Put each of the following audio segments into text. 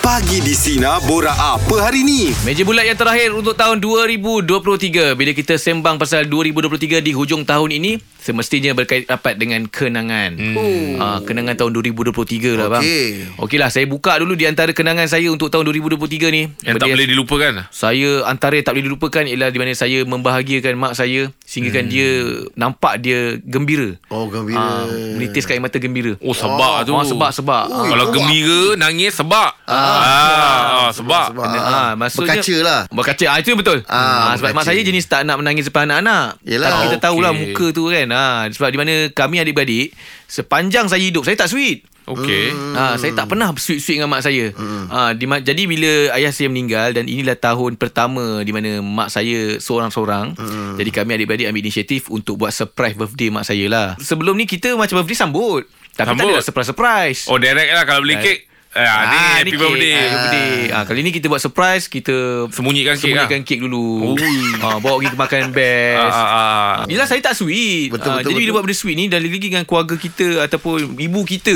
Pagi di Sina Bora apa hari ni? Meja bulat yang terakhir untuk tahun 2023. Bila kita sembang pasal 2023 di hujung tahun ini, semestinya berkait rapat dengan kenangan. Hmm. Uh, kenangan tahun 2023 lah bang. Okey. Okey lah, saya buka dulu di antara kenangan saya untuk tahun 2023 ni. Yang tak Benda boleh dilupakan lah. saya antara yang tak boleh dilupakan ialah di mana saya membahagiakan mak saya sehinggakan hmm. dia nampak dia gembira. Oh, gembira. Ah, menitiskan air mata gembira. Oh sebab Ah, tu. sebab sebab. Ah, Kalau sebab. gembira, nangis sebab. Ah, ah sebab. Sebab Ah, maksudnya Berkaca lah Berkaca ah, Itu betul ah, Ah, Sebab mak berkaca. saya jenis tak nak menangis depan anak-anak Yelah. Tapi kita tahulah Okey. muka tu kan ah, Sebab di mana kami adik-beradik Sepanjang saya hidup Saya tak sweet Okey. Hmm. Ah, saya tak pernah sweet-sweet dengan mak saya. Ah, di, ma- jadi bila ayah saya meninggal dan inilah tahun pertama di mana mak saya seorang-seorang. Hmm. Jadi kami adik-beradik ambil inisiatif untuk buat surprise birthday mak saya lah. Sebelum ni kita macam birthday sambut. Tapi tak Sambut. ada surprise-surprise. Oh direct lah kalau beli kek. Ah, ni happy cake. birthday. Happy birthday. Ah, kali ni kita buat surprise, kita Sembunyikan kek sembunyikan kek dulu. Ah, bawa pergi ke makan best. Ah, ah, ah. Yelah saya tak sweet Betul, Ah, Jadi betul, bila betul. buat benda sweet ni Dan lagi dengan keluarga kita Ataupun ibu kita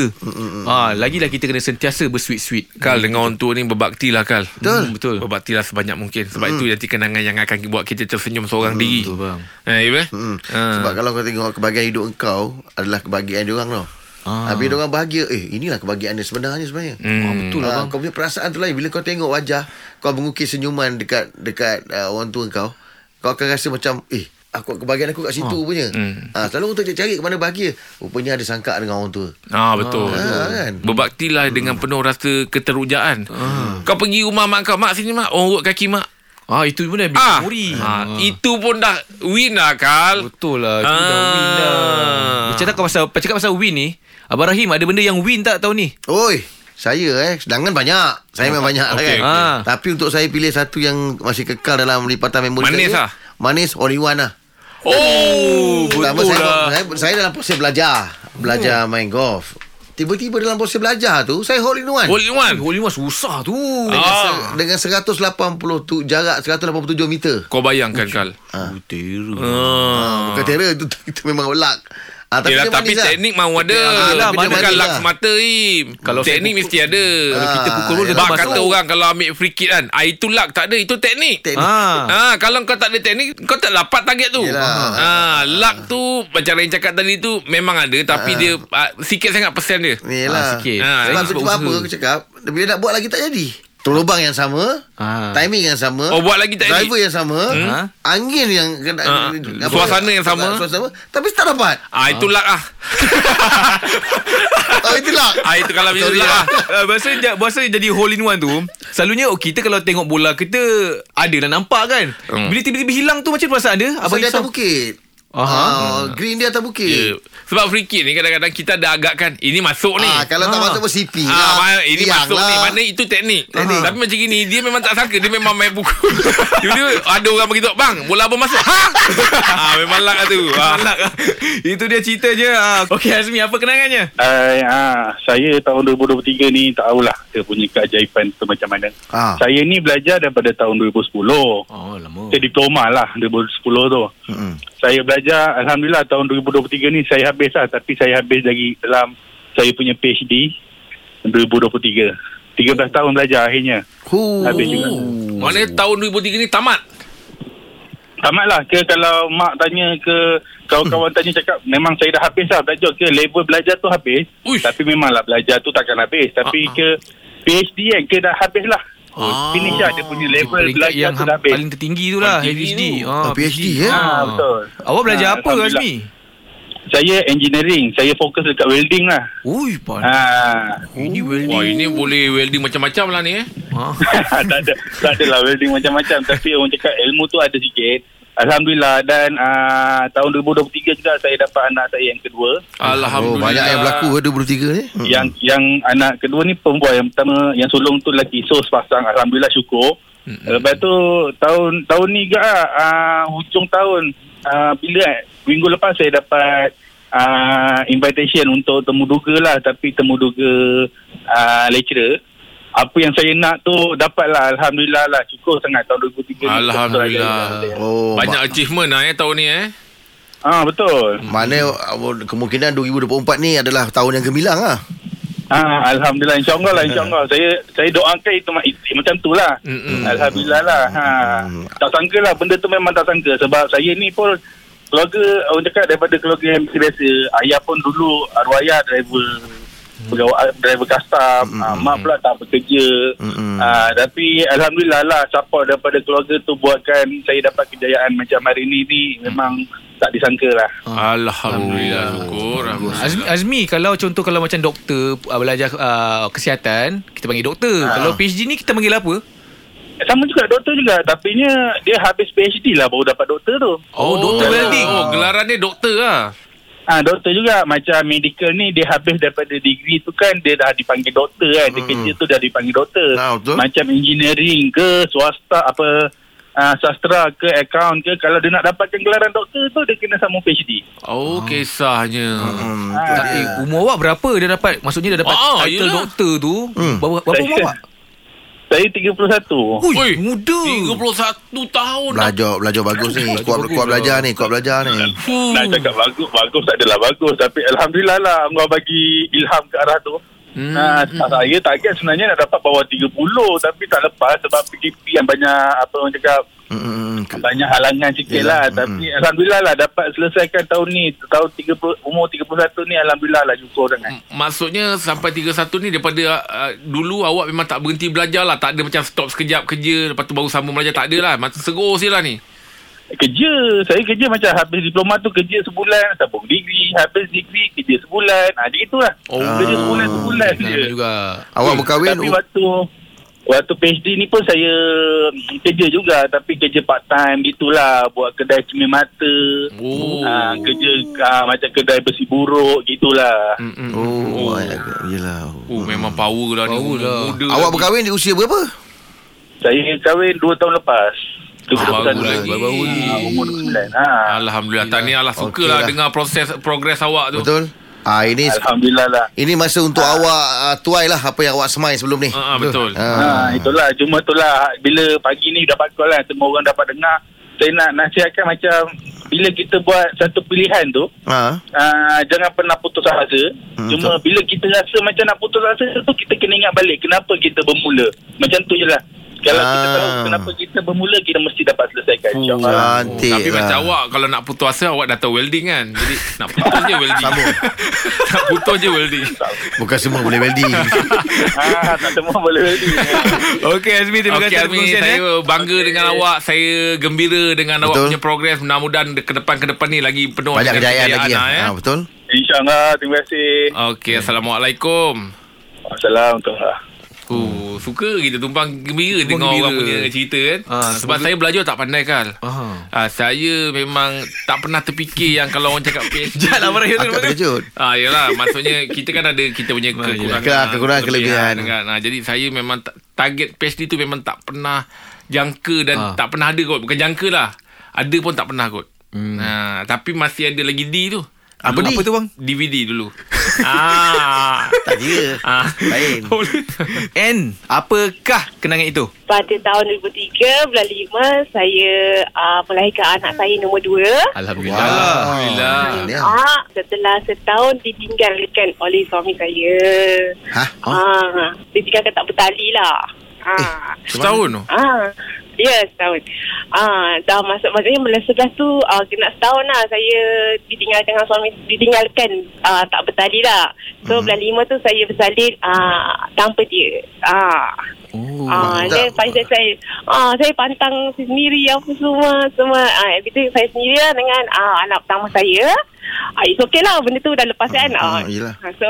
ah, Lagilah kita kena sentiasa bersweet-sweet Kal dengan orang tua ni berbakti lah Kal Betul. Betul. Berbakti lah sebanyak mungkin Sebab itu nanti kenangan yang akan buat kita tersenyum seorang diri betul, bang. Eh, Ibe? Hmm. Ah. Sebab kalau kau tengok kebahagiaan hidup kau adalah kebahagiaan dia orang tau. Ah. Ah. Habis dia orang bahagia, eh inilah kebahagiaan dia sebenarnya sebenarnya. Hmm. Ah, betul lah, Ah, bang. Kau punya perasaan tu lain bila kau tengok wajah kau mengukir senyuman dekat dekat uh, orang tua kau, kau akan rasa macam eh aku kebahagiaan aku kat situ punya. Hmm. Ah selalu orang tu cari ke mana bahagia. Rupanya ada sangka dengan orang tua. Ah betul. Ah, kan? kan? Berbaktilah dengan penuh rasa keterujaan. Kau pergi rumah mak kau, mak sini mak, oh urut kaki mak. Ah Itu pun dah bikin Ah, memori ah, itu pun dah win lah Kal. Betul lah Itu dah Ah. win lah Bercakap pasal, bercakap pasal win ni Abang Rahim ada benda yang win tak tahun ni? Oi, saya eh sedangkan banyak. Saya memang banyak lah okey, kan. okey. Ah. Tapi untuk saya pilih satu yang masih kekal dalam lipatan memori Manis saya. lah. Manis all in one lah. Oh, Pertama betul saya, lah. Hmm. saya, saya dalam proses belajar Belajar main golf Tiba-tiba dalam proses belajar tu Saya hole in one All in one. Holy Mas susah tu Ah. Dengan 180 tu Jarak 187 meter Kau bayangkan Kal. Oh, terror. Ah. Bukan terror tu Itu memang luck ah, Tapi, Yelah, dia tapi manis lah. teknik mau ada. Ah, yelah, Kita manis bukan lah. laks mata im. Kalau saya teknik pukul- mesti ada. Kalau kita pukul pun Ah, dia Sebab tak masuk kata orang kalau ambil free kick kan, ah, itu luck tak ada, itu teknik. Teknik Ah. Ha, kalau kau tak ada teknik kau tak dapat target tu. Yelah. Ha, luck tu macam yang cakap tadi tu memang ada tapi dia ah, sikit sangat persen dia. Ah, Ni lah sikit. Ah, Sebab ini tu sebab cuma apa usaha. aku cakap Bila nak buat lagi tak jadi Lubang yang sama Ah. Timing yang sama Oh, buat lagi tak jadi. Driver yang sama Hmm. Angin yang kena, Ah. Suasana yang sama. Suasana Tapi tak dapat Ah itu luck ah. Oh itu luck ah itu kalau Sorry betul luck ah. Ah, Biasa, ja- biasa jadi hole in one tu Selalunya oh, kita kalau tengok bola Kita ada lah nampak kan Hmm. Bila tiba-tiba hilang tu macam mana perasaan dia Abang Abang dia atas Isam bukit. Aha. Ah, Hmm. green dia Yeah. atas bukit. Ya. Sebab free kick ni kadang-kadang kita ada agakkan ini masuk ni. Ah, kalau Ah. tak masuk pun CP Ah, lah. ma- ini Tiang masuk lah. ni Maknanya itu teknik. Teknik. Tapi macam gini Dia memang tak sangka Dia memang main pukul Tiba-tiba ada orang beritahu Bang bola abang masuk ha? ah, Memang luck lah tu ah. Alak. Itu dia cerita je ah. Okey Azmi apa kenangannya? Hai, ha, saya tahun 2023 ni tak tahulah dia punya keajaiban tu macam mana. Ah. Saya ni belajar daripada tahun 2010. Oh lama Saya diploma lah 2010 tu. Mm-mm. Saya belajar, Alhamdulillah tahun 2023 ni saya habis lah. Tapi saya habis dari dalam saya punya PhD 2023. 13 tahun belajar akhirnya. Huh. Habis juga. Maknanya tahun 2003 ni tamat Tamat lah ke kalau mak tanya ke kawan-kawan tanya cakap memang saya dah habis lah belajar ke level belajar tu habis Uish. tapi memanglah belajar tu takkan habis tapi Ah, ke PhD kan ke dah habis lah Ah. finish lah dia punya level Peringkat belajar yang tu ham- dah habis paling tertinggi tu lah Paling tinggi PhD tu. Ah, Oh, PhD, eh? Ah, Ah, betul. Awak belajar Ah, apa Alhamdulillah. Azmi? saya engineering saya fokus dekat welding lah Ui pan ah. Ini welding Wah ini boleh welding macam-macam lah ni eh Ah. tak ada tak adalah welding macam-macam tapi orang cakap ilmu tu ada sikit Alhamdulillah dan uh, tahun 2023 juga saya dapat anak saya yang kedua Alhamdulillah Ya. Oh, banyak yang berlaku ke 23 ni. Hmm. yang yang anak kedua ni perempuan yang pertama yang sulung tu lelaki so sepasang alhamdulillah syukur mm-hmm. lepas tu tahun tahun ni juga uh, hujung tahun uh, bila eh, minggu lepas saya dapat uh, invitation untuk temuduga lah tapi temuduga uh, lecturer apa yang saya nak tu dapat lah Alhamdulillah lah Syukur sangat tahun 2003 ni. Alhamdulillah. Oh, Banyak ma- achievement lah eh tahun ni eh Ah Betul oh, Mana uh, kemungkinan 2024 ni adalah tahun yang gemilang ah. Ah, Alhamdulillah InsyaAllah lah InsyaAllah Saya saya doakan itu ma- it- Macam tu lah Mm-mm. Alhamdulillah lah ha. Tak sangka lah Benda tu memang tak sangka Sebab saya ni pun Keluarga Orang cakap daripada keluarga yang biasa Ayah pun dulu Arwah ayah driver pegawai ah, driver custom ah, mak pula tak bekerja ah, tapi alhamdulillah lah support daripada keluarga tu buatkan saya dapat kejayaan macam hari ni ni memang tak disangka lah Alhamdulillah syukur. Azmi, Azmi kalau contoh kalau macam doktor uh, belajar uh, kesihatan kita panggil doktor. Ha. Kalau PhD ni kita panggil apa? sama juga doktor juga tapi nya dia habis PhD lah baru dapat doktor tu Oh, doktor welding. Oh, gelaran dia doktor lah. Ah ha, doktor juga macam medical ni dia habis daripada degree tu kan dia dah dipanggil doktor kan dia kerja tu dah dipanggil doktor Hmm. Ah, betul. macam engineering ke swasta apa ah, sastra ke account ke kalau dia nak dapatkan gelaran doktor tu dia kena sambung PhD Oh, kisahnya. Hmm, Ah, tu Tak, eh, dia. umur awak berapa dia dapat? Maksudnya dia dapat Ah, title yelah. doktor tu. Hmm. Berapa, berapa umur Saya- awak? saya 31 Ui, Ui, muda. 31 tahun. Belajar belajar bagus ni. Kuat kuat belajar ni, kuat belajar ni. Fuh. Nak cakap bagus Bagus tak adalah bagus Tapi Alhamdulillah lah Allah bagi ilham ke arah tu hmm. ha, Saya target sebenarnya Nak dapat bawah 30 Tapi tak lepas Sebab PKP yang banyak Apa orang cakap Hmm, hmm, hmm. Ke- Banyak halangan sikit Yelah, lah mm-mm. Tapi Alhamdulillah lah Dapat selesaikan tahun ni Tahun 30 Umur 31 ni Alhamdulillah lah Syukur Hmm. sangat Maksudnya sampai 31 ni daripada uh, dulu awak memang tak berhenti belajar lah. Tak ada macam stop sekejap kerja lepas tu baru sambung belajar. Tak ada lah. Masa serus je lah ni. Kerja Saya kerja macam Habis diploma tu Kerja sebulan Sambung degree Habis degree Kerja sebulan ha, Jadi itulah Oh. Kerja sebulan-sebulan je Lama juga. Awak berkahwin Tapi waktu Waktu PhD ni pun saya mm, kerja juga tapi kerja part time gitulah buat kedai cermin mata. Oh. Ah, kerja ah, macam kedai besi buruk gitulah. Hmm. Mm-mm. Oh, yalah. Oh, memang power lah ni. Power lah. Muda Awak lagi. berkahwin di usia berapa? Saya kahwin 2 tahun lepas. Tu Ah, kebetulan baru tu. lagi. Ah. Baru ni. Ah, umur 29. Ha. Alhamdulillah. Tahniah lah. Suka Okey lah lah. dengar proses progres awak tu. Betul? Ah ini Alhamdulillah lah. ini masa untuk awak ah, tuai lah apa yang awak semai sebelum ni. Ah, ah, betul. Ha, itulah cuma itulah bila pagi ni dapat call lah semua orang dapat dengar. Saya nak nasihatkan macam bila kita buat satu pilihan tu Ah. Ha. uh, jangan pernah putus asa. Hmm, Hmm, Cuma bila kita rasa macam nak putus asa tu kita kena ingat balik kenapa kita bermula. Macam tu je lah. Kalau ah. kita Ah. tahu kenapa kita bermula kita mesti dapat selesaikan. InsyaAllah. Cantik. Tapi lah. macam awak Kalau nak putus asa Awak dah tahu welding kan Jadi nak putus je welding Sambung. Nak putus je welding Bukan semua boleh welding. ah, tak semua boleh ready. Okey Azmi, terima Okey kasih atas Azmi perkongsian, eh. Saya bangga dengan awak Saya gembira Dengan awak Betul. punya progres Mudah-mudahan Ke depan-ke depan ni Lagi penuh Banyak dengan kejayaan lagi. lah, ah. ya. Ah, betul? InsyaAllah. Terima kasih. Hmm. Okey Assalamualaikum Assalamualaikum. Hmm. Oh, suka kita tumpang gembira Tumpang tengok gembira. orang punya cerita kan. Ah, sebab sebab- saya belajar tak pandai kal. Aha. Ah, saya memang tak pernah terfikir yang kalau orang cakap PhD. Jahat lah Merayu tu. Akak terkejut. Ah yalah maksudnya kita kan ada kita punya Nah, kekurangan. Ah, lah, yelah. Kekurangan, kelebihan. Kan? Nah, jadi saya memang ta- target PhD tu memang tak pernah jangka dan Ah. tak pernah ada kot. Bukan jangka lah. Ada pun tak pernah kot. Hmm. Ah, tapi masih ada lagi D tu. Apa Dulu- D? Apa tu, bang? DVD dulu. ah. Tak kira. Ah. Lain. N, apakah kenangan itu? Pada tahun 2003 bulan 5 saya uh, melahirkan anak saya nombor 2. Alhamdulillah. Alhamdulillah. Ya. Ah, setelah setahun ditinggalkan oleh suami saya. Hah? Ah, ditinggalkan tak bertali lah. Ah. Setahun tu. Ah, ya yeah, setahun. Ah, dah masuk maksudnya bulan 11 tu ah, kena setahun lah saya ditinggalkan dengan suami ditinggalkan ah, tak bertali lah. So hmm. bulan 5 tu saya bersalin ah, tanpa dia. Ah. Oh. Ah, mantap. then pasal saya ah saya pantang sendiri apa semua semua ah itu saya sendiri lah dengan ah, anak pertama saya. Ah it's okay lah benda tu dah lepas kan. Ah, Ah, yelah. ah, so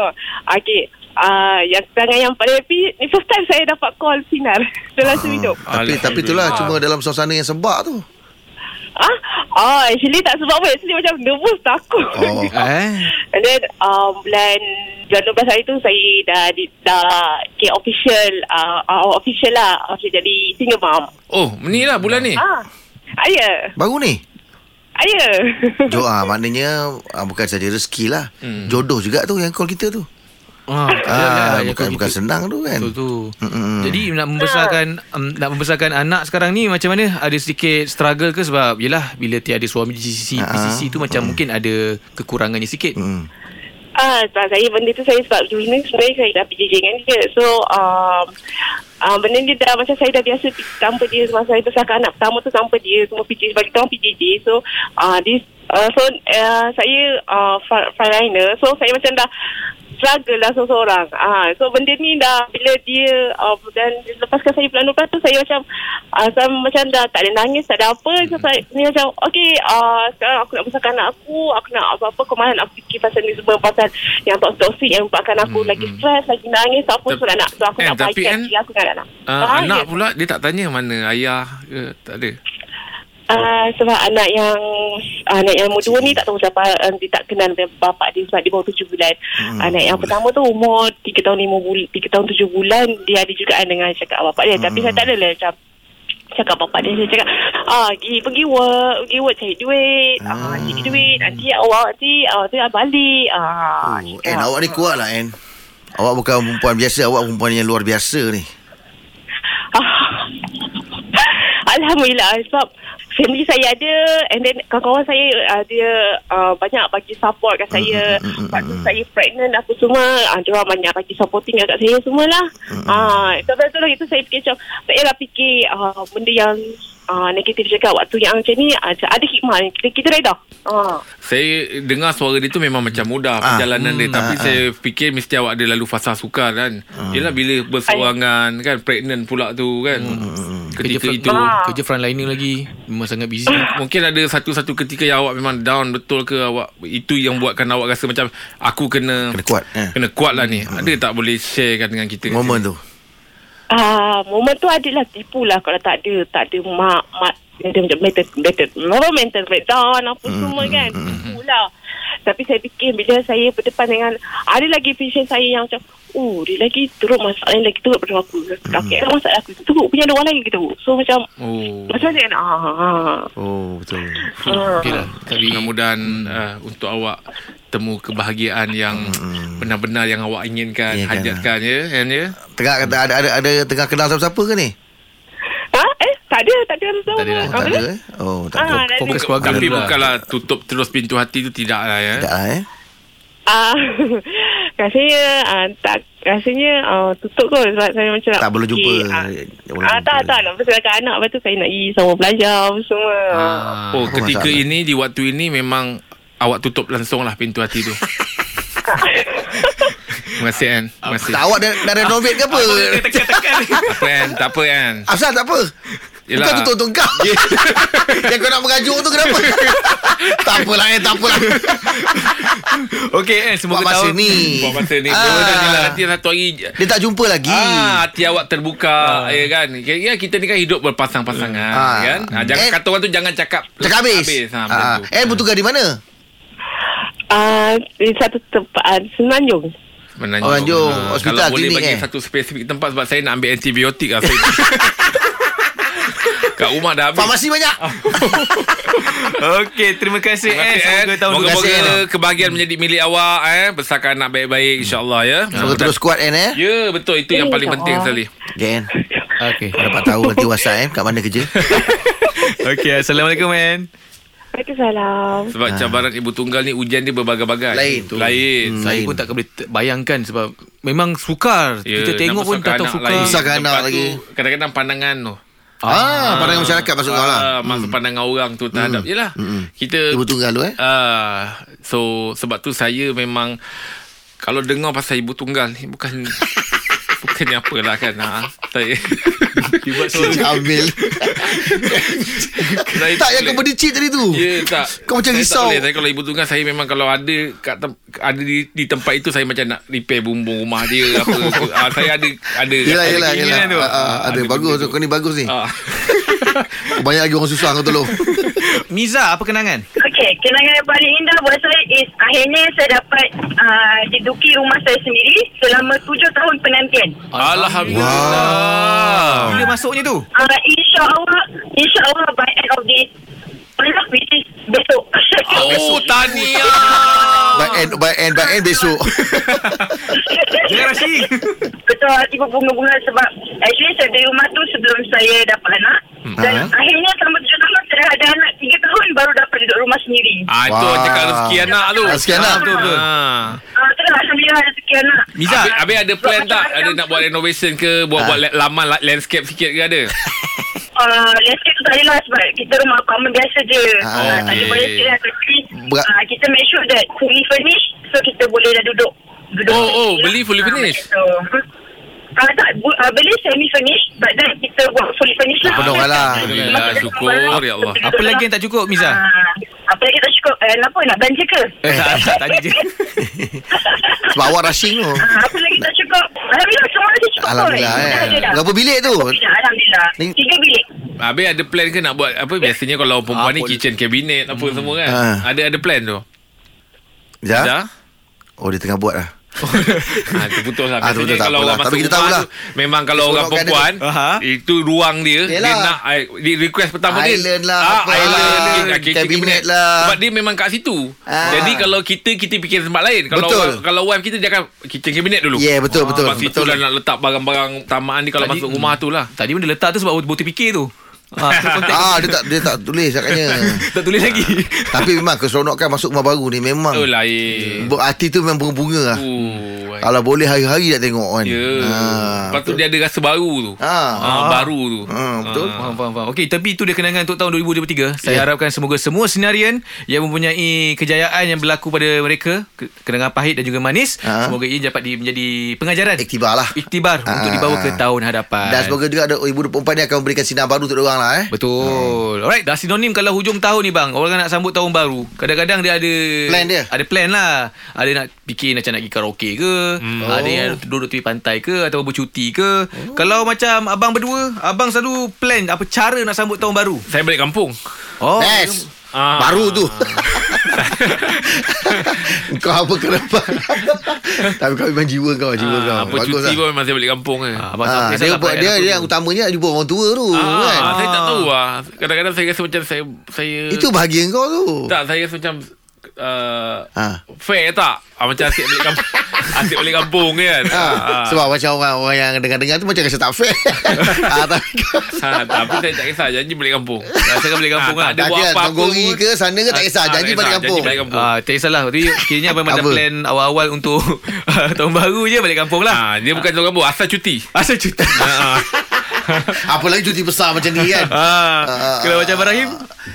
okay. Ah yang tangan yang paling happy ni first time saya dapat call sinar dalam sehidup. Tapi tapi itulah cuma dalam suasana yang sebab tu. Ah, ah actually tak sebab apa actually macam nervous takut. Oh. Eh. And then um, bulan bulan 12 hari tu saya dah di, dah okay, official uh, uh, official lah okay, jadi single mom. Oh, ni lah bulan ni. Ah. Ayah. Baru ni. Ayah. Jo ah maknanya ah, bukan saja rezeki lah. Jodoh juga tu yang call kita tu. Ah, Ah, bukan bukan hmm. senang tu kan. Betul tu. Mm-mm. Jadi nak membesarkan um, nak membesarkan anak sekarang ni macam mana? Ada sedikit struggle ke sebab yelah bila tiada suami di sisi di Ah, sisi tu macam mungkin ada kekurangannya sikit. Mm. Ah Ah, sebab saya benda tu saya sebab dulu sebenarnya saya dah pergi dengan dia. So, um, uh, benda ni dah macam saya dah biasa pergi tanpa dia semasa saya besarkan anak pertama tu tanpa dia semua PJJ sebab kita orang PJJ. So, uh, this, uh, so uh, saya uh, frontliner. So, saya macam dah struggle lah seorang-seorang. Ah, so benda ni dah bila dia uh, dan dia lepaskan saya bulan lepas tu saya macam uh, saya macam dah tak ada nangis, tak ada apa. So, saya ni macam okey, uh, sekarang aku nak besarkan anak aku, aku nak apa-apa kau malah nak fikir pasal ni semua pasal yang toksik yang menyebabkan aku hmm, lagi stres, lagi nangis, apa Tapi- pun nak nak. So aku Eh, nak tapi kan, baikkan diri aku dengan anak. Uh, Ah, anak ya. pula dia tak tanya mana ayah ke tak ada. Ah, sebab anak yang ah, anak yang nombor dua ni tak tahu siapa um, dia tak kenal dengan bapak dia sebab dia baru tujuh bulan. Hmm. anak yang pertama tu umur tiga tahun lima bulan tiga tahun tujuh bulan dia ada jugaan dengan cakap bapak dia. Tapi saya Hmm. tak adalah macam cakap bapak dia saya cakap ah pergi pergi work pergi work cari duit ah cari Hmm. duit nanti awak nanti awak tu balik ah Oh, En, awak ni kuat lah, En. Awak bukan perempuan biasa. Awak perempuan yang luar biasa ni. Ah. Alhamdulillah sebab family saya ada and then kawan-kawan saya uh, dia uh, banyak bagi support kat saya waktu saya pregnant apa semua uh, dia orang banyak bagi supporting kat saya semualah ah uh, sebab tu lah itu saya fikir macam tak payahlah fikir uh, benda yang uh, negatif cakap waktu yang macam ni uh, ada hikmah kita, kita reda ah Saya dengar suara dia tu memang macam mudah Ah. perjalanan dia Hmm, tapi ah, saya fikir mesti awak ada lalu fasa sukar kan. Yalah bila berseorangan kan pregnant pula tu kan. Hmm, Ketika front- itu kerja frontliner lagi memang sangat busy mungkin ada satu-satu ketika yang awak memang down betul ke awak itu yang buatkan awak rasa macam aku kena Kena kuat, eh. Kena kuat lah ni. Ada tak boleh sharekan dengan kita? kat Momen sini? tu. Ah, momen tu adalah tipu lah kalau tak ada tak ada mak mak dia ada macam mental mental apa mental breakdown apa Hmm, mm, semua kan tipu lah. Tapi saya fikir bila saya berdepan dengan ada lagi patient saya yang macam oh dia lagi teruk masalah yang lagi teruk pada aku. Hmm. Sakit mm. masalah aku teruk punya ada orang lagi teruk. So macam Oh. macam mana nak ah, ah, Oh, betul. ah. okey lah Tapi mudah-mudahan uh, untuk awak temu kebahagiaan yang benar-benar yang awak inginkan, Hmm, Inginkan hajatkan ah. ya, and ya. Tengah kata ada ada ada tengah kenal siapa-siapa ke ni? Ha? Eh tak ada tak ada tak ada lah. Oh, tak ada eh? Oh, tak ada. Ah, fokus nanti- keluarga Tapi dulu lah bukanlah tutup terus pintu hati tu tidak lah ya. Tak lah eh. Ah, rasanya ah, tak rasanya ah, tutup kot sebab saya macam nak Tak boleh jumpa. fikir, ah, Tak boleh ah, tak jumpa. tak nak persilakan anak lepas tu saya nak pergi sama belajar apa semua. Ah. Ah, Oh, Apa ketika masalah? ini di waktu ini memang awak tutup langsung lah pintu hati tu. Terima kasih Ann Terima kasih Tak awak dah, dah renovate ke apa? tekan-tekan Tak apa Ann Tak apa Ann Afsal tak apa. Yelah. Yelah. Bukan tutup untuk kau. Yang kau nak mengajuk tu kenapa? tak apalah eh, tak apalah. okey eh Buat semoga masa tahun ni. Buat masa ni Ah. Mudah-mudahan je lah nanti satu hari Dia tak jumpa lagi. Ah, hati Ah. awak terbuka ya kan. Ya kita ni kan hidup berpasang-pasangan Ah. kan. Ah, jangan Eh. kata orang tu jangan cakap Cakap habis. habis. Ha, macam Ah, tu. eh, bertugas di mana? Ah, di satu tempat ah, di Semenanjung. Menanjung. Orang Johor, Ah, hospital, Kalau boleh klinik, bagi eh. satu spesifik tempat sebab saya nak ambil antibiotik lah saya. Kat rumah dah habis. Farmasi banyak. Ah. okey terima kasih Terima eh kasih, Ann. semoga tahun Terima kasih, Hmm. Moga-moga kebahagiaan menjadi milik awak eh. Besarkan anak baik-baik insya-Allah ya. Semoga terus kuat, En, eh. Ya betul itu yang paling Insya penting Allah. sekali. Okay, En. okey Dapat tahu nanti WhatsApp, En. Kat mana kerja? okey assalamualaikum man Waalaikumsalam. Sebab cabaran ibu tunggal ni ujian dia berbagai-bagai. Ah. Lain tu. tu. Hmm. Lain. saya pun tak boleh te- bayangkan sebab memang sukar Ya, kita tengok nak pun tak tahu besarkan sukar anak lain. Besarkan anak Lepas tu, lagi. Kadang-kadang pandangan tu. ah, pandangan masyarakat maksud kau lah. Ah, Masuk pandangan orang tu terhadap. Yelah. Kita... Hmm. Ibu tunggal tu, eh. Ah, so sebab tu saya memang kalau dengar pasal ibu tunggal ni bukan bukan apalah kan. Ha. Saya Ambil. saya tak, yang boleh- kau berdecit tadi tu. Ya tak Kau macam saya risau. tak boleh. Saya kalau ibu tunggal Saya memang kalau ada kat tem- Ada di, di tempat itu Saya macam nak repair bumbung rumah dia apa, apa. Ah, Saya ada ada Yelah, ada yelah, yelah. keinginan tu. Ah, ah, Ada, bagus tu. Kau ni bagus ni. Ah. Banyak lagi orang susah kau tolong. Miza apa kenangan Okey, kenangan yang paling indah buat saya is akhirnya saya dapat uh, diduki rumah saya sendiri selama tujuh tahun penantian. Alhamdulillah bila masuknya tu Uh, InsyaAllah, insyaAllah by end of this month, which is besok. Oh Tania By end, by end, by end besok. Jangan rasi Betul hati berbunga-bunga sebab actually saya di rumah tu sebelum saya dapat anak. Dan Ah. akhirnya selama tujuh tahun saya ada anak tiga tahun baru dapat duduk rumah sendiri. Ah, itu orang Wow. cakap rezeki anak tu Rezeki anak. Ah, Betul betul. Ah, tu Miza. Habis, habis ada plan tak? Ada nak buat renovation ke? Ah. Buat-buat ha. laman la- landscape sikit ke ada? Uh, landscape tu tak adalah sebab kita rumah apartment biasa je. Ah, Ah, tak ada okey. boleh sikit lah. Tapi Berat. ah, kita make sure that fully furnished so kita boleh dah duduk. duduk Oh, sendiri oh, lah. beli fully Ah, furnished? macam tu. Ah, tak, bu- ah, beli semi furnished but then kita buat fully furnished lah. Penuh lah. Alhamdulillah, syukur, ya Allah. Apa lagi yang tak cukup Miza? Ah, apa lagi tak cukup? Eh, kenapa nak belanja ke? Eh, tak, tak, tadi je. Sebab awak rushing tu. Ah, apa lagi tak cukup? Alhamdulillah semua dah cukup. Alhamdulillah kot. eh. Dah ada dah. Berapa bilik tu? Dah, Alhamdulillah. Ni- Tiga bilik. Habis ada plan ke nak buat apa biasanya kalau perempuan Ah, ni pol- kitchen cabinet apa semua kan. Ah. Ada ada plan tu. Ya. Dah? Oh dia tengah buat lah. Ah, terputus lah. Ah, Biasanya terputus, tak kalau apalah. orang Tapi masuk kita rumah tahulah. tu, memang kalau Kita orang sorokkan perempuan, dia. Aha. itu ruang dia. Dia Ha? Yelah. nak, eh, dia request pertama dia. Island lah, apa Ah, island. lah, dia nak kitchen cabinet lah. Sebab dia memang kat situ. Ah. Jadi kalau kita, kita fikir tempat lain. Kalau Betul. orang- kalau wife kita, dia akan kitchen cabinet dulu. Ya yeah, betul betul. Sebab situ betul. hmm. lah nak letak barang-barang tamaan dia kalau Tadi- masuk rumah tu lah. Tadi pun dia letak tu sebab botol fikir tu. Ha, tu konteks. Ah dia tak dia tak tulis agaknya. tak tulis lagi. Tapi memang keseronokan masuk rumah baru ni memang. Oh lain. Bu- Hati tu memang bunga-bunga lah. Oh, Kalau boleh hari-hari nak tengok kan. Ya. Lepas tu betul. dia ada rasa baru tu. Ha. Ha, baru tu. Ha, betul. Ah. Faham, faham, faham. Okey, tapi itu dia kenangan untuk tahun 2023. Saya yeah. harapkan semoga semua senarian yang mempunyai kejayaan yang berlaku pada mereka, ke- kenangan pahit dan juga manis, Ah. semoga ia dapat di, menjadi pengajaran. Iktibar lah. Iktibar Ah, untuk dibawa ke ah. tahun hadapan. Dan semoga juga ada 2024 ni akan memberikan sinar baru untuk orang lah eh. Betul. Hmm. Alright, dah sinonim kalau hujung tahun ni bang. Orang nak sambut tahun baru. Kadang-kadang dia ada Plan dia? Ada plan lah. Ada nak fikir macam nak pergi karaoke ke, hmm. ada yang Oh. duduk tepi pantai ke atau bercuti ke. Oh. Kalau macam abang berdua, abang selalu plan apa cara nak sambut tahun baru. Saya balik kampung. Oh. Best. Ah. Baru tu. kau apa kenapa? Tapi kau memang jiwa kau, jiwa kau. Ah, apa Bagus cuti lah. pun memang saya balik kampung eh. Ah, abang Ah, ha, dia, dia, dia, dia yang utamanya jumpa orang tua tu Ah, kan. Saya tak tahu lah. Kadang-kadang saya rasa macam saya... saya Itu bahagia kau tu. Tak, saya rasa macam... Uh, Ah. Fair tak? Ah, macam asyik balik kampung. asyik balik kampung kan? Ha, Ah. sebab macam orang orang yang dengar-dengar tu macam rasa tak fair. ha, tapi kau Ha, tapi saya tak kisah Janji balik kampung Rasakan balik kampung lah. Ah, tak ada buat Kaki apa-apa Nonggori pun. kan, ke sana ke tak Ah, kisah. ah, Janji tak balik kisah. kampung. Janji balik kampung Ah, tak kisahlah Tapi Kiranya abang macam Cover. plan Awal-awal untuk Tahun baru je Balik kampung lah Ah, Dia bukan jual kampung Asal cuti Asal cuti Ah, ah. Apalagi cuti besar macam ni kan. ah, Kalau macam Abang Rahim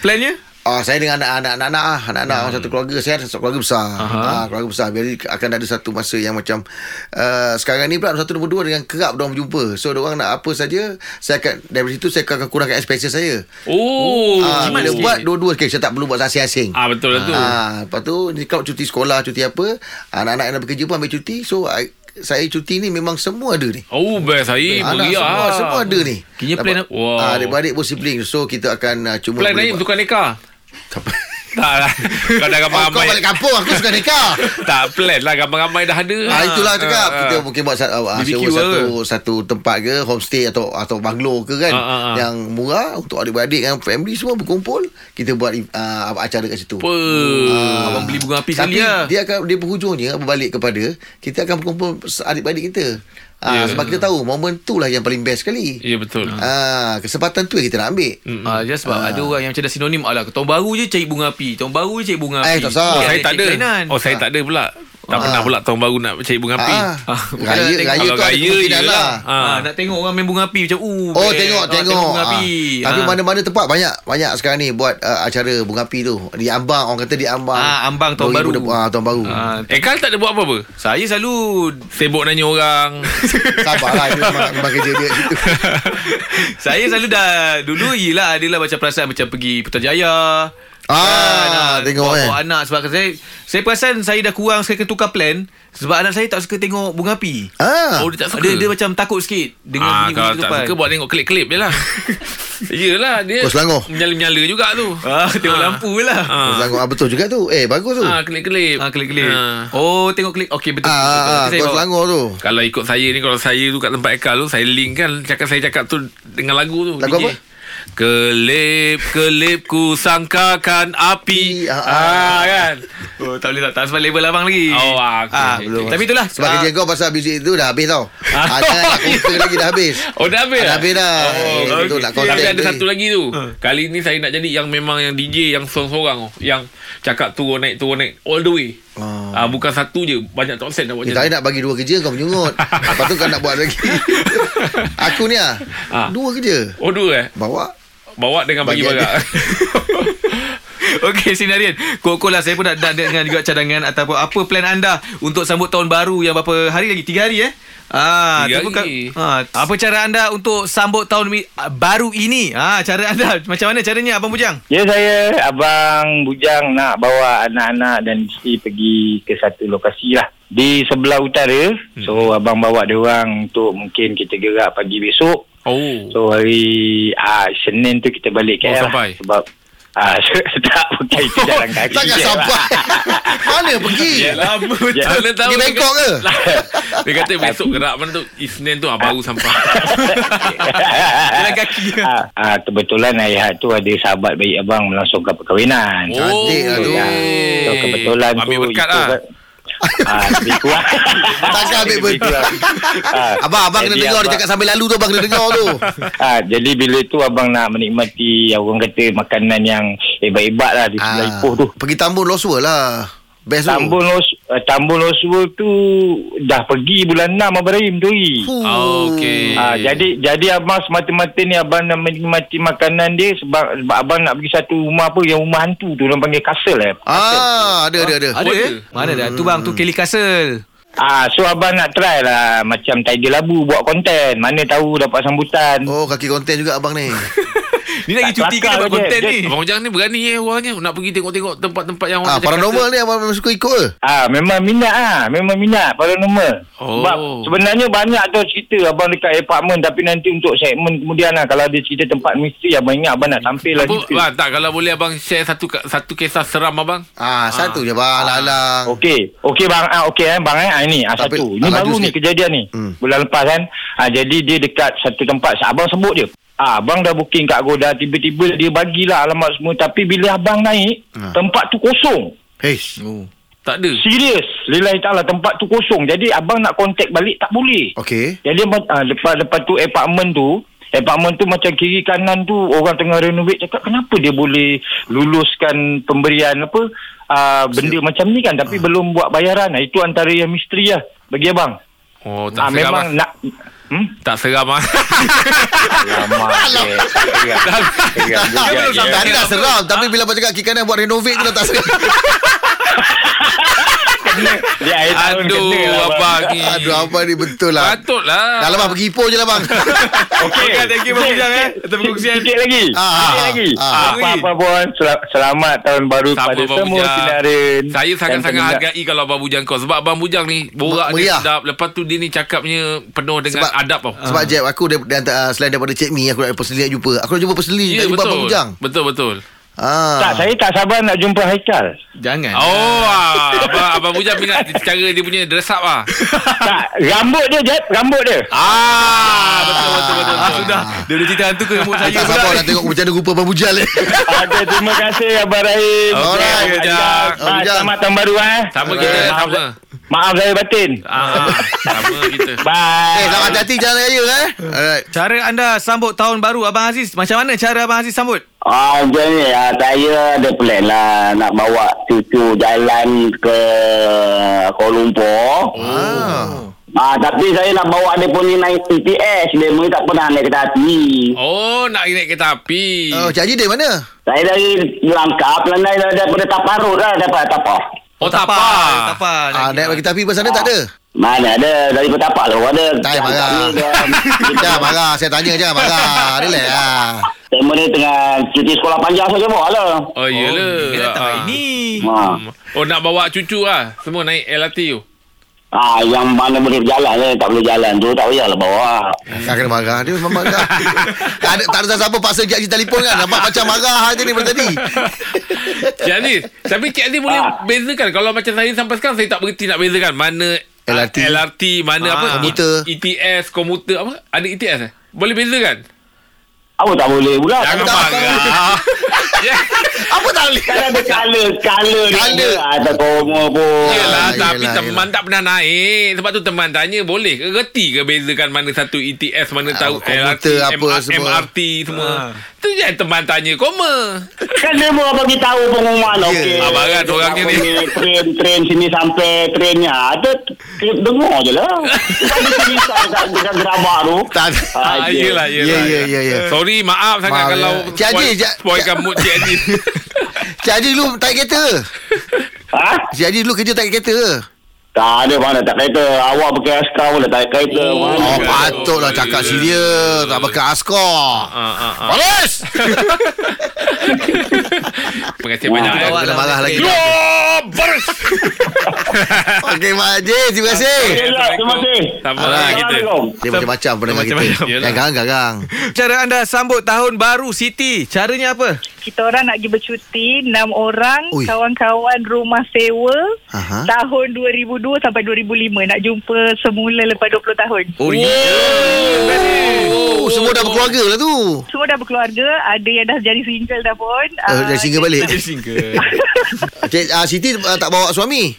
Plannya Ah saya dengan anak-anak anak-anak ah, anak-anak Ya. orang satu keluarga saya ada satu keluarga besar. Aha. Ah keluarga besar. Jadi akan ada satu masa yang macam uh, sekarang ni pula nombor satu nombor dua dengan kerap dia berjumpa. So dia orang nak apa saja saya akan dari situ saya akan kurangkan expenses saya. Oh Ah Gimana bila sikit? buat dua-dua sekali saya tak perlu buat asing-asing. Ah betul lah tu Ah lepas tu ni kalau cuti sekolah, cuti apa, anak-anak yang nak bekerja pun ambil cuti. So I, saya cuti ni memang semua ada ni. Oh best lah. Aim Anak Anak semua semua ada ni. Kiranya Dapat- plan- Wow. Ah, adik-beradik pun sibling. So kita akan uh, cuma Plan boleh Aim buat- tukar nikah Tak apa. Tak lah Kau dah Oh, kau ramai-ramai balik kampung Aku suka nikah Tak plan lah Ramai-ramai dah ada Ah, itulah cakap Ah, kita ah. mungkin buat satu, ah, BBQ sewa ke? satu satu tempat ke homestay atau atau banglo ke kan Ah, ah, ah. yang murah untuk adik-beradik dengan family semua berkumpul kita buat ah, acara kat situ. Apa Ah, Abang beli bunga api Ah. Tapi sekali lah dia akan dia berhujungnya berbalik kepada kita akan berkumpul adik-beradik kita. Ah, sebab kita tahu momen tu lah yang paling best sekali. Ya Hmm, betul Ah, kesempatan tu yang kita nak ambil. Ah, just sebab ada orang yang macam dah sinonim Alah tahun baru je cari bunga api Tahun baru je cari bunga api Eh, tak salah. Oh Dia saya tak ada Ah. keinginan. Oh saya tak ada pula Tak pernah pula tahun baru nak cari bunga api Ah, Ah, bukan raya, tengok. Kalau raya tu ada raya kemungkinan je lah. lah. ah. Ah. Nak tengok orang main bunga api Macam uh, Oh best. tengok Ah, tengok. bunga Ah. api Tapi Ah. mana-mana tempat banyak banyak sekarang ni buat uh, acara bunga api tu. Di Ambang orang kata di Ambang. Ah, Ambang tahun baru. 2000 dep- Ah tahun baru. Ah, Eh Kal tak ada buat apa-apa Saya selalu Sibuk nanya orang Sabarlah dia memang, memang kerja dia situ. Saya selalu dah Dulu yelah Adalah macam perasaan Macam pergi Putrajaya Ah, tengok, bawa, bawa eh. anak Sebab saya Saya perasan Saya dah kurang Saya kena tukar plan Sebab anak saya tak suka tengok Bunga api Ah. Oh dia tak suka dia, dia macam takut sikit Dengan Ah, bunyi-bunyi kalau tak ketupan. suka buat tengok klip-klip je lah Yelah dia Kau Selangor? Menyala-menyala juga tu ah, Tengok lampu je lah Ah. Sanggup ah, betul juga tu. Eh bagus tu. Ah, klip-klip Ah, klik-klik. Ah. Oh, tengok klik. Okey, betul. Ah, betul, betul. ah, ah, Saya kau bawa. Selangor tu. Kalau ikut saya ni Kalau saya tu kat tempat Ekal tu Saya link kan Cakap saya cakap tu Dengan lagu tu Lagu DJ. apa? Kelip Kelip ku sangkakan api Ah, ah, ah. kan Oh, tak boleh tak. Tak sebab label abang lagi. Oh ah, okay, Ah, okay, belum. okay. Tapi itulah. Sebab Ah, kerja kau pasal muzik tu dah habis tau. Ah. Ah, jangan nak counter lagi dah habis. Oh dah habis Ah, dah habis dah. Oh, Eh, okay. betul, nak contact Tapi ada ni. satu lagi tu Kali ni saya nak jadi Yang memang yang DJ Yang seorang-seorang oh. Yang cakap turun naik turun naik All the way Ah. Ah, bukan satu je, banyak toxin nak buat Eh, macam tu. tak payah nak bagi dua kerja kau menyungut. Lepas tu kau nak buat lagi. aku ni ah, Ah. dua kerja. Oh, dua eh? Bawa Bawa dengan bagi Bagi barang. Okey Sinarian Kok-kok lah Saya pun nak, nak dengan juga cadangan Ataupun apa plan anda Untuk sambut tahun baru Yang berapa hari lagi Tiga hari eh Ah, Tiga ataupun hari. ka- ah, apa cara anda untuk sambut tahun mi- ah, baru ini? Ah, cara anda macam mana caranya Abang Bujang? Ya saya Abang Bujang nak bawa anak-anak dan isteri pergi ke satu lokasi lah Di sebelah utara So abang bawa dia orang untuk mungkin kita gerak pagi besok Oh. So hari ah, Senin tu kita balik Oh, KL sampai? lah Sebab ah, tak bukan itu jalan kaki Takkan je sampai lah. Mana pergi Lama Ya. tak tahu. Lah, Pergi Bangkok ke Dia kata besok gerak mana tu Isnin tu ah, baru sampai Jalan kaki. ah, ah, Kebetulan ayah tu ada sahabat baik abang melangsungkan Oh, perkahwinan Cantik lah tu. Ya. So, kebetulan Ambil tu berkat itu lah kan- Ah, lebih kurang. Takkan ambil Lebih berkat. kurang. lah. Ah, Abang abang kena jadi dengar Dia abang- cakap sambil lalu tu Abang kena dengar tu Ah, jadi bila tu abang nak menikmati orang kata makanan yang hebat-hebat lah di sebelah Ah, Ipoh tu. Pergi Tambun Loswa lah Best tu Tambun Los uh, Tambun Loswa tu dah pergi bulan 6 abang Rahim tu. hari. Fuh. Oh, okey. Ah, jadi jadi abang semata-mata ni abang nak menikmati makanan dia sebab, sebab abang nak pergi satu rumah apa yang rumah hantu tu orang panggil castle eh. Ah, ada ada ada. Ada eh? Mana dah tu bang tu Hmm. Kelly Castle. Ah, so abang nak try lah macam Tiger Labu buat konten. Mana tahu dapat sambutan. Oh, kaki konten juga abang ni. Ni lagi Tak cuti ke kelakar dapat dia. konten Dia- ni? Abang Ujang ni berani eh orangnya Nak pergi tengok-tengok tempat-tempat yang ah, orang cakap paranormal ni abang memang suka ikut ke? Ah, memang minat ah, memang minat paranormal. Oh. Sebab sebenarnya banyak tau cerita abang dekat apartment tapi nanti untuk segmen kemudian lah kalau dia cerita tempat misteri abang ingat abang nak tampil lah Apa, lagi. bang, ah, tak kalau boleh abang share satu ka- satu kisah seram abang. Ah, satu je bang, lalang. Okey, okey bang, ah, okey eh, bang eh, ah, ini ah, Tapi, satu. Ini ah, baru laju ni sikit. kejadian ni. Hmm. Bulan lepas kan. Ah, jadi dia dekat satu tempat, abang sebut je. Ah, abang dah booking kat Agoda, tiba-tiba dia bagilah alamat semua tapi bila abang naik, Ah. tempat tu kosong. Heish. Oh. Tak ada. Serius, lillahi ta'ala tempat tu kosong. Jadi abang nak contact balik tak boleh. Okey. Jadi uh, lepas lepas tu apartment tu Apartment tu macam kiri kanan tu orang tengah renovate cakap kenapa dia boleh luluskan pemberian apa uh, benda macam ni kan Ha. tapi belum buat bayaran Ah, itu antara yang misteri lah bagi abang Oh, ah, tak seram. memang Abang. nak hmm? Tak seram ah. Alamak Tadi dah seram Tapi bila abang cakap Kaki kanan buat renovate tu dah tak seram Dia air tahun Aduh, kena lah, abang ni. Aduh abang ni betul lah Patutlah. Dah lah bang pergi Ipoh je lah bang Okey, Okey, thank you, Abang Ujang, eh, atas perkongsian. Sikit lagi. Ah, Sikit ah, lagi. ah. Apa-apa pun, sel- selamat tahun baru Sama kepada Abang semua Bujang. sinarin. Saya dan sangat-sangat pendengar. hargai kalau Abang Bujang kau Sebab Abang Bujang ni Borak dia Meriah. sedap Lepas tu dia ni cakapnya Penuh dengan Sebab- adab tau Ah. Sebab Jeb Aku dia, dia hantar, ah, selain daripada Cik Mi Aku nak Perseli nak jumpa Aku nak jumpa Perseli Ya, yeah, Nak jumpa Abang Bujang Betul betul. ah. Tak, saya tak sabar nak jumpa Haikal. Jangan. Oh, ah, abang abang Bujang minat cara dia punya dress up ah. tak, rambut dia, Jeb. Rambut dia. Ah, betul betul betul. Ah, betul. sudah. Dia boleh cerita hantu ke rambut saya Tak pula sabar ni? nak tengok Macam mana rupa Abang Bujang ni Okey, Ah, terima kasih Abang Rahim. Oh, Alright, Okey, Abang Haikal. Ujang. Oh, Ah, Abang Ujang. Selamat tahun baru eh. Sama kita, maaf, sama. Maaf saya batin. Ah, sama kita. Bye. Eh nak hati-hati jalan raya eh Alright Cara anda sambut tahun baru Abang Aziz Macam mana cara Abang Aziz sambut? Ah, macam ni, ah, saya ada plan lah nak bawa cucu jalan ke Kuala Oh. Lumpur. ah. Ah, tapi saya nak bawa dia pun ni naik ETS. Dia pun tak pernah naik kereta api. Oh, nak naik kereta api. Oh, Cik Haji dari Ah, mana? Saya dari Langkap, landai dar- daripada Tapah Road lah, daripada Tapah. Oh, tak apa. Tak apa Ah, naik bagi tapi pasal dia tak ada Mana ada, daripada Tapah lah orang ada. Tak payah marah Kami dah- Jangan marah Saya tanya je marah Relax lah Tema ni tengah cuti sekolah panjang saja bawa lah. Oh, iyalah. Dia datang Ah. hari ni Ha. Hmm. Oh, nak bawa cucu lah. Semua naik LRT tu. Ah, yang mana boleh berjalan je, tak boleh jalan tu tak payahlah bawa. Tak kena marah Dia memang marah Tak ada, tak ada siapa paksa Cik Haji telefon kan Nampak macam marah je daripada tadi Cik Aziz Tapi Cik Aziz boleh Ah. bezakan Kalau macam saya sampai sekarang Saya tak berhenti nak bezakan Mana LRT. ah, LRT Mana Ah. apa E Komuter. ETS Komuter apa E Ada ETS eh Boleh bezakan Apa tak boleh pula? Jangan tak marah Apa tak boleh? Kan ada kala Kala Colour. Ada komo pun Yelah, Ah, tapi yelah, teman yelah. tak pernah naik. Sebab tu teman tanya, boleh ke reti ke bezakan mana satu ETS, mana Ah, tahu LRT, komputer apa MR, semua. MRT semua. Tu je teman tanya, koma. Kan dia mau bagi tahu pengumuman Ya. okey. Ah, barat orangnya ni. Train train sini sampai trainnya. Ada t- dengar je lah. Kan dia tulisan dekat dekat gerabak tu. Tak ada. Ah, yelah, yelah. Ya, ya, ya, ya. Sorry, maaf sangat Maaf, kalau ya. Cik Haji, spoil- Cik- spoilkan mood Cik Haji. Cik Haji dulu tarik kereta ke? Ha? Cik Haji dulu kerja tarik kereta ke? Tak ada mana tak kereta. Awak pakai askar pula tak kereta. Oh, Mana? Oh, Ya. patutlah cakap sedia. Tak pakai askar. Ah, ah, ah. Balas! Pengasih Wah. banyak. eh. lah, Kena marah lagi. Keluar, baris. Okey, Mak Haji. Terima kasih. Yelah, terima kasih. Sama lah kita. Assalamualaikum. Dia macam-macam pendengar kita. Ah, Macam-macam. Yang garang-garang. Cara anda sambut tahun baru Siti. Caranya apa? Kita orang nak pergi bercuti enam orang Ui. Ha? Kawan-kawan rumah sewa Aha. Tahun 2002 sampai 2005 Nak jumpa semula lepas 20 tahun Oh, ya. yeah. Oh, semua dah berkeluarga lah tu. Semua dah berkeluarga Ada yang dah jadi single dah pun Ah, Uh, dah single balik. Single. Cik ah, Siti ah, tak bawa suami?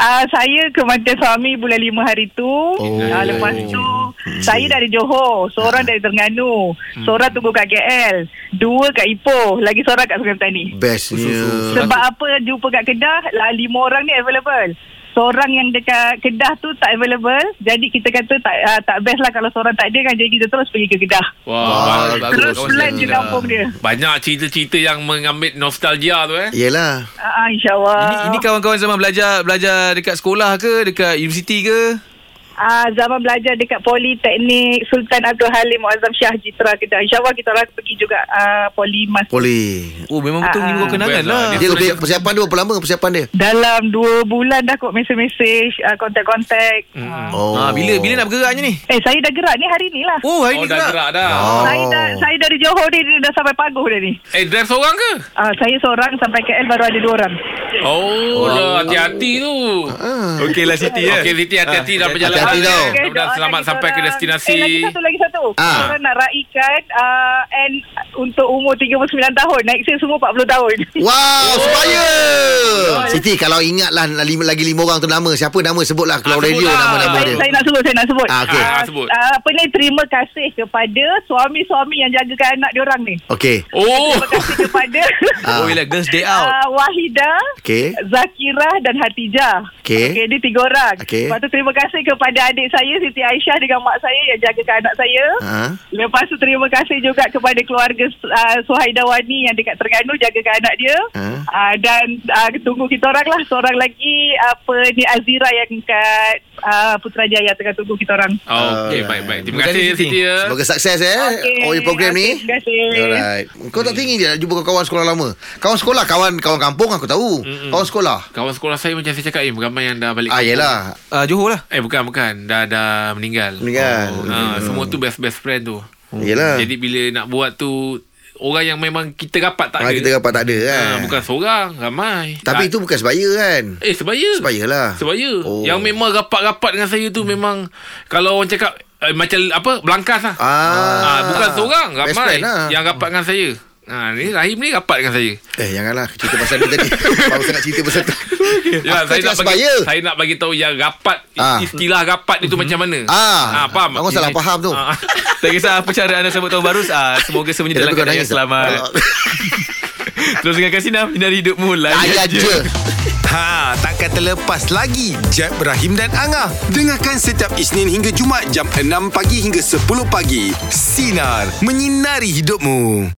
Uh, saya ke mantan suami bulan lima hari tu. Oh. Uh, lepas tu, Hmm. saya dari Johor. Ha. Seorang dari Terengganu. Seorang tunggu kat KL. Dua kat Ipoh. Lagi seorang kat Sungai Petani. Bestnya. Sebab apa jumpa kat Kedah, lah, lima orang ni available. Seorang yang dekat Kedah tu tak available. Jadi kita kata tak uh, tak best lah kalau seorang tak ada kan. Jadi kita terus pergi ke Kedah. Wah, bagus. Terus Kawan plan saya je dah. kampung dia. Banyak cerita-cerita yang mengambil nostalgia tu eh. Yelah. Uh, InsyaAllah. Ini, ini kawan-kawan zaman belajar belajar dekat sekolah ke, dekat universiti ke? Ah, zaman belajar dekat Politeknik Sultan Abdul Halim Muazzam Syah Jitra kita. InsyaAllah kita orang pergi juga ah, Poli Mas. Boleh. Oh, memang betul Ah, ni ah. bukan kenangan Best lah. lah. Dia lebih persiapan dia berapa lama persiapan dia? Dalam dua bulan dah kot mesej-mesej, ah, kontak-kontak. Ah. Oh. Ha, bila bila nak bergeraknya ni? Eh, saya dah gerak ni hari ni lah. Oh, hari Oh, ni dah gerak. gerak dah. Oh. Saya, dah, saya dari Johor ni, dia dah sampai Pagoh dah ni. Eh, drive seorang ke? Ah, saya seorang sampai KL baru ada dua orang. Oh, lah, hati-hati tu. Ah. Okey lah Siti ya. Okey, Siti, hati-hati lah dalam perjalanan. Hati-hati tau. Okay, Mudah-mudahan doakan selamat kita sampai ke orang. destinasi. Eh, lagi satu, lagi satu. Ah. Kita nak raikan ah, and untuk umur 39 tahun. Naik saya semua 40 tahun. Oh. Wow, sebaya. Siti kalau ingatlah lima, lagi lima orang tu nama, siapa nama sebutlah keluar Ah, radio sebutlah. nama-nama saya, dia. saya nak sebut, saya nak sebut. Ah, okey. Ah, sebut. ah, apa ni terima kasih kepada suami-suami yang jagakan anak diorang ni. Okey. Oh. Terima kasih kepada Ah. Oh, yelah girls day out. Uh, Wahida, Okey. Zakira dan Hatijah. Okey. Okey, dia tiga orang. Okey. Lepas tu terima kasih kepada adik saya Siti Aisyah dengan mak saya yang jagakan anak saya. Ha. Lepas tu terima kasih juga kepada keluarga uh, Suhaida Wani yang dekat Terengganu jagakan anak dia. Ah. Uh, dan uh, tunggu kita orang lah. Seorang lagi apa ni Azira yang kat uh, Putrajaya tengah tunggu kita orang. Okey, baik-baik. Terima kasih, Terima kasih, Siti. ya. Semoga sukses eh okay. all your program Okey, ni. Terima kasih. Alright. Kau tak tinggi je nak jumpa kawan sekolah lama. Kawan sekolah, kawan kawan kampung aku tahu. Mm-mm. Kawan sekolah. Kawan sekolah saya macam saya cakap, eh, ramai yang dah balik. Ah yelah. Ah, Johor lah. Eh, bukan, bukan. Dah dah meninggal. Meninggal. Hmm. Oh. Oh, ah, Semua tu best-best friend tu. Yelah. Jadi, bila nak buat tu, orang yang memang kita rapat tak Ah, ada. kita dapat tak ada kan. Ah, bukan seorang, ramai. Tapi Ah, itu bukan sebaya kan. Eh sebaya Sebayalah. Sebaya Oh. oh. Yang memang rapat-rapat dengan saya tu Memang Kalau orang cakap eh, Macam apa Belangkas lah Ah. ah, Bukan seorang Best Ramai friend lah. Yang rapat dengan saya Ah, ni Rahim ni rapat dengan saya. Eh janganlah cerita pasal ni tadi. Baru saya nak cerita pasal tu. Ya, saya Aku cakap nak bagi sebaya. saya nak bagi tahu yang rapat Ah. istilah rapat itu macam mana. Ah, ah faham. Abang salah faham tu. Ah. Tak kisah apa cara anda sambut tahun baru. Ah, semoga semuanya dalam keadaan yang selamat. Terus dengan Kasina, hindari hidupmu Ayah layan je. Ha, takkan terlepas lagi Jeb, Ibrahim dan Angah. Dengarkan setiap Isnin hingga Jumat jam 6 pagi hingga 10 pagi. Sinar, menyinari hidupmu.